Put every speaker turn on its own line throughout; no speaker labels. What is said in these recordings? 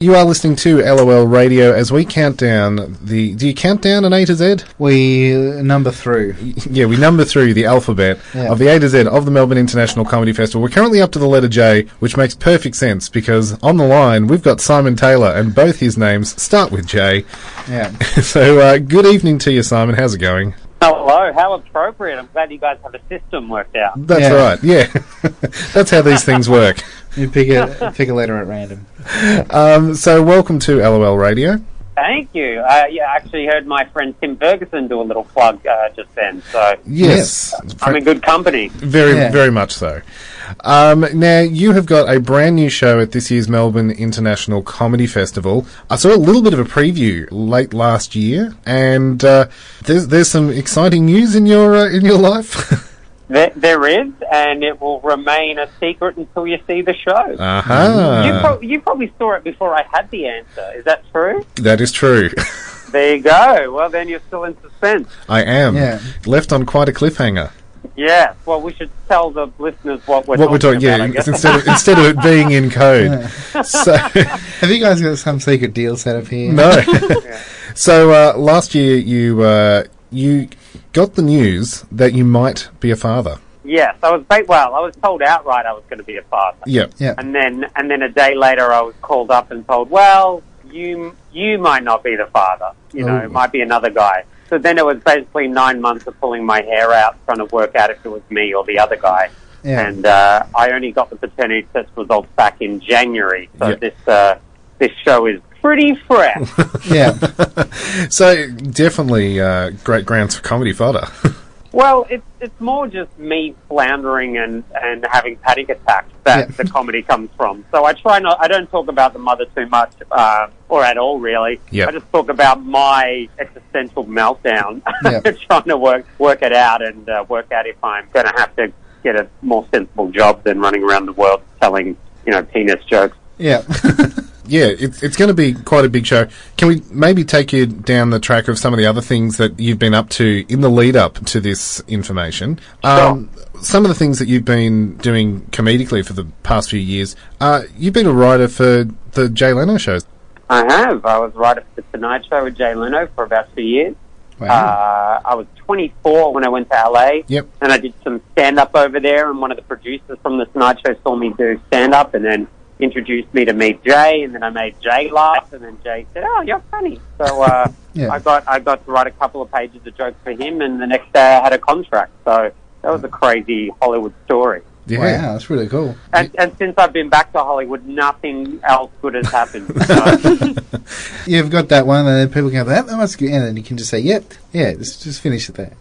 You are listening to LOL Radio as we count down the. Do you count down an A to Z?
We uh, number through.
Yeah, we number through the alphabet
Yeah.
of the A to Z of the Melbourne International Comedy Festival. We're currently up to the letter J, which makes perfect sense because on the line we've got Simon Taylor, and both his names start with J.
Yeah.
so, uh, good evening to you, Simon. How's it going?
Hello, how appropriate. I'm glad you guys have a system worked out.
That's
Yeah.
right. Yeah, that's how these things work.
You pick a pick a letter at random.
Um, so, welcome to LOL Radio.
Thank you. I yeah, actually heard my friend Tim Ferguson do a little plug uh, just then, so
Yes,
I'm in good company.
Very,
Yeah.
very much so. Um, now, you have got a brand new show at this year's Melbourne International Comedy Festival. I saw a little bit of a preview late last year, and uh, there's there's some exciting news in your uh, in your life.
There, there is, and it will remain a secret until you see the show.
Uh,
you,
Aha,
pro- you probably saw it before I had the answer. Is that true?
that is true.
There you go. Well, then you're still in suspense.
I am
Yeah.
left on quite a cliffhanger.
Yes. Well, we should tell the listeners what we're
What we're
talking
talking, yeah,
about. I guess.
it's instead of, instead of it being in code. So
Have you guys got some secret deal set up here?
No. So uh, last year you uh, you got the news that you might be a father.
yes, I was. ba- Well, I was told outright I was going to be a father.
Yeah.
Yeah.
and then and then a day later I was called up and told, well, you you might not be the father, you know,
Oh.
it might be another guy. So then it was basically nine months of pulling my hair out, trying to work out if it was me or the other guy.
Yeah.
And uh, I only got the paternity test results back in January, so
Yeah.
this uh, this show is pretty fresh.
Yeah.
So definitely uh, great grounds for comedy fodder.
Well, it's it's more just me floundering and, and having panic attacks that
Yeah.
the comedy comes from. So I try not I don't talk about the mother too much uh, or at all really.
Yeah.
I just talk about my existential meltdown,
Yeah.
trying to work work it out and uh, work out if I'm going to have to get a more sensible job than running around the world telling you know penis jokes.
Yeah.
yeah, it's it's going to be quite a big show. Can we maybe take you down the track of some of the other things that you've been up to in the lead up to this information? Um, some of the things that you've been doing comedically for the past few years. Uh, you've been a writer for the Jay Leno shows.
I have. I was writer for the Tonight Show with Jay Leno for about two years.
Wow.
Uh, I was 24 when I went to LA.
Yep.
And I did some stand up over there, and one of the producers from the Tonight Show saw me do stand up and then introduced me to meet Jay, and then I made Jay laugh, and then Jay said, "Oh, you're funny." So uh,
Yeah.
I got I got to write a couple of pages of jokes for him, and the next day I had a contract. So that was a crazy Hollywood story.
Yeah.
Wow, that's really cool.
And, and since I've been back to Hollywood, nothing else good has happened. So.
You've got that one, and then people can go, that, that must be, and then you can just say, yep, yeah, just, just finish it there.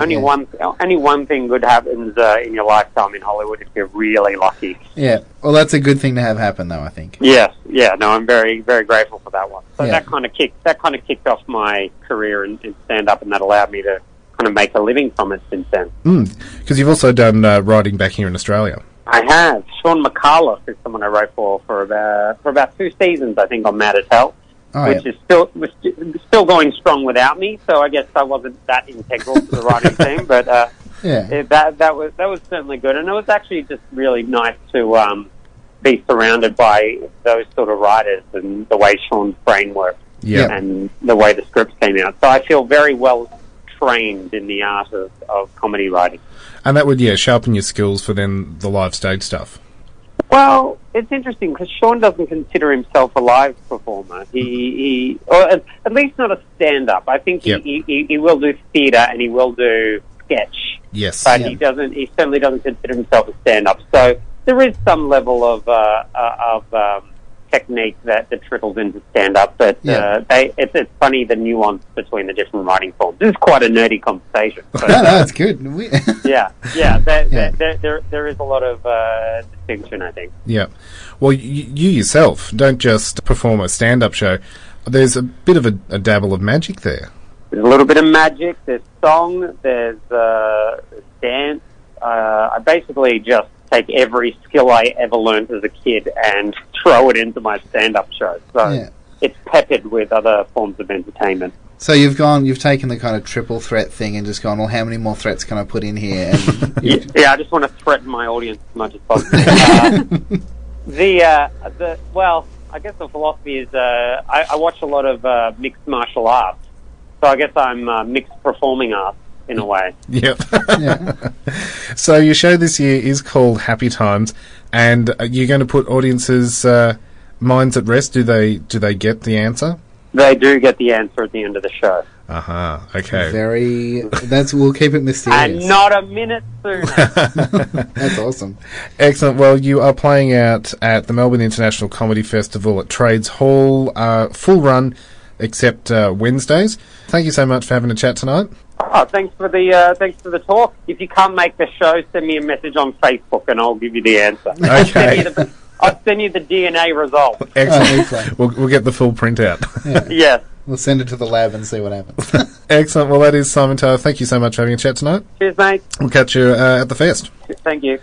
Only
Yeah.
one, only one thing good happens uh, in your lifetime in Hollywood if you're really lucky.
Yeah. Well, that's a good thing to have happen, though, I think.
Yes, yeah, no, I'm very, very grateful for that one. So
Yeah.
that kind of kicked, that kind of kicked off my career in, in stand up, and that allowed me to kind of make a living from it since then.
Mm.
Because you've also done uh, writing back here in Australia.
I have Sean McAuliffe is someone I wrote for for about for about two seasons, I think, on Mad as Hell,
Oh,
which
yeah.
is still was st- still going strong without me. So I guess I wasn't that integral to the writing team, but. Uh,
Yeah.
it, that that was that was certainly good, and it was actually just really nice to um, be surrounded by those sort of writers and the way Sean's brain worked
Yeah.
and the way the scripts came out. So I feel very well trained in the art of, of comedy writing.
And that would yeah sharpen your skills for then the live stage stuff.
Well, it's interesting because Sean doesn't consider himself a live performer. He, he or at, at least not a stand-up. I think he,
Yep.
he, he, he will do theatre and he will do sketch.
Yes.
but he doesn't. He certainly doesn't consider himself a stand-up. So there is some level of uh, uh, of um, technique that, that trickles into stand-up. But
Yeah.
uh, they, it's, it's funny the nuance between the different writing forms. This is quite a nerdy conversation. But,
No, no,
uh,
it's good. We-
yeah, yeah. There,
Yeah.
There, there, there, there is a lot of uh, distinction, I think.
Yeah. Well, y- you yourself don't just perform a stand up show. There's a bit of a, a dabble of magic there.
There's a little bit of magic. There's song. There's uh, dance. Uh, I basically just take every skill I ever learned as a kid and throw it into my stand-up show. So
Yeah.
it's peppered with other forms of entertainment.
So you've gone, you've taken the kind of triple threat thing and just gone, well, how many more threats can I put in here? And
Yeah, yeah I just want to threaten my audience as much as possible. uh, the uh, the well, I I guess the philosophy is uh, I, I watch a lot of uh, mixed martial arts, so I guess I'm uh, mixed performing arts in a way.
Yep.
Yeah.
so your show this year is called Happy Times, and uh, you're going to put audiences' uh, minds at rest. Do they do they get the answer?
They do get the answer at the end of the show,
Aha. Uh-huh. Okay.
Very. That's. We'll keep it mysterious.
and not a minute sooner.
That's awesome.
Excellent. Well, you are playing out at the Melbourne International Comedy Festival at Trades Hall. Uh, full run, except uh, Wednesdays. Thank you so much for having a chat tonight.
oh, thanks for the uh, thanks for the talk. If you can't make the show, send me a message on Facebook, and I'll give you the answer. I'll send
Okay.
you the, I'll send you the DNA result.
Oh,
Excellent.
excellent.
We'll, we'll get the full printout.
Yes.
We'll send it to the lab and see what happens.
Excellent. Well, that is Simon Tyler. Thank you so much for having a chat tonight.
Cheers, mate.
We'll catch you uh, at the fest.
Thank you.